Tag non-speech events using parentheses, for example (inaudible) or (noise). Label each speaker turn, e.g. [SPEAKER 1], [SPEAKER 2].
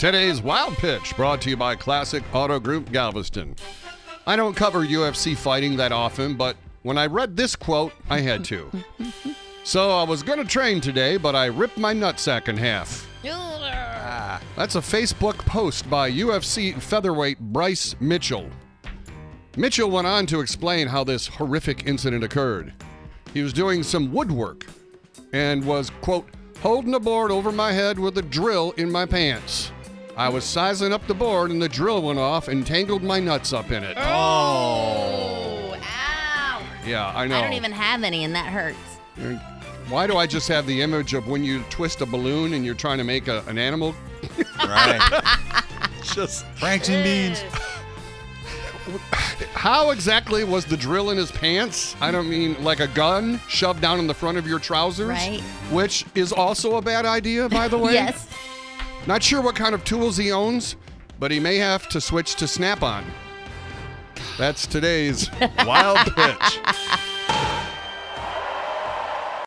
[SPEAKER 1] Today's Wild Pitch brought to you by Classic Auto Group Galveston. I don't cover UFC fighting that often, but when I read this quote, I had to. so I was going to train today, but I ripped my nutsack in half. That's a Facebook post by UFC featherweight Bryce Mitchell. Mitchell went on to explain how this horrific incident occurred. He was doing some woodwork and was, quote, holding a board over my head with a drill in my pants. I was sizing up the board and the drill went off and tangled my nuts up in it.
[SPEAKER 2] Oh, ow.
[SPEAKER 1] Yeah, I know.
[SPEAKER 2] I don't even have any, and that hurts.
[SPEAKER 1] Why do I just have the image of when you twist a balloon and you're trying to make a, an animal?
[SPEAKER 3] Right. (laughs)
[SPEAKER 1] Just
[SPEAKER 3] Franks and beans.
[SPEAKER 1] how exactly was the drill in his pants? I don't mean like a gun shoved down in the front of your trousers,
[SPEAKER 2] Right.
[SPEAKER 1] which is also a bad idea, by
[SPEAKER 2] (laughs)
[SPEAKER 1] the way.
[SPEAKER 2] Yes.
[SPEAKER 1] Not sure what kind of tools he owns, but he may have to switch to
[SPEAKER 2] (laughs)
[SPEAKER 1] Snap-on. That's today's
[SPEAKER 3] Wild pitch.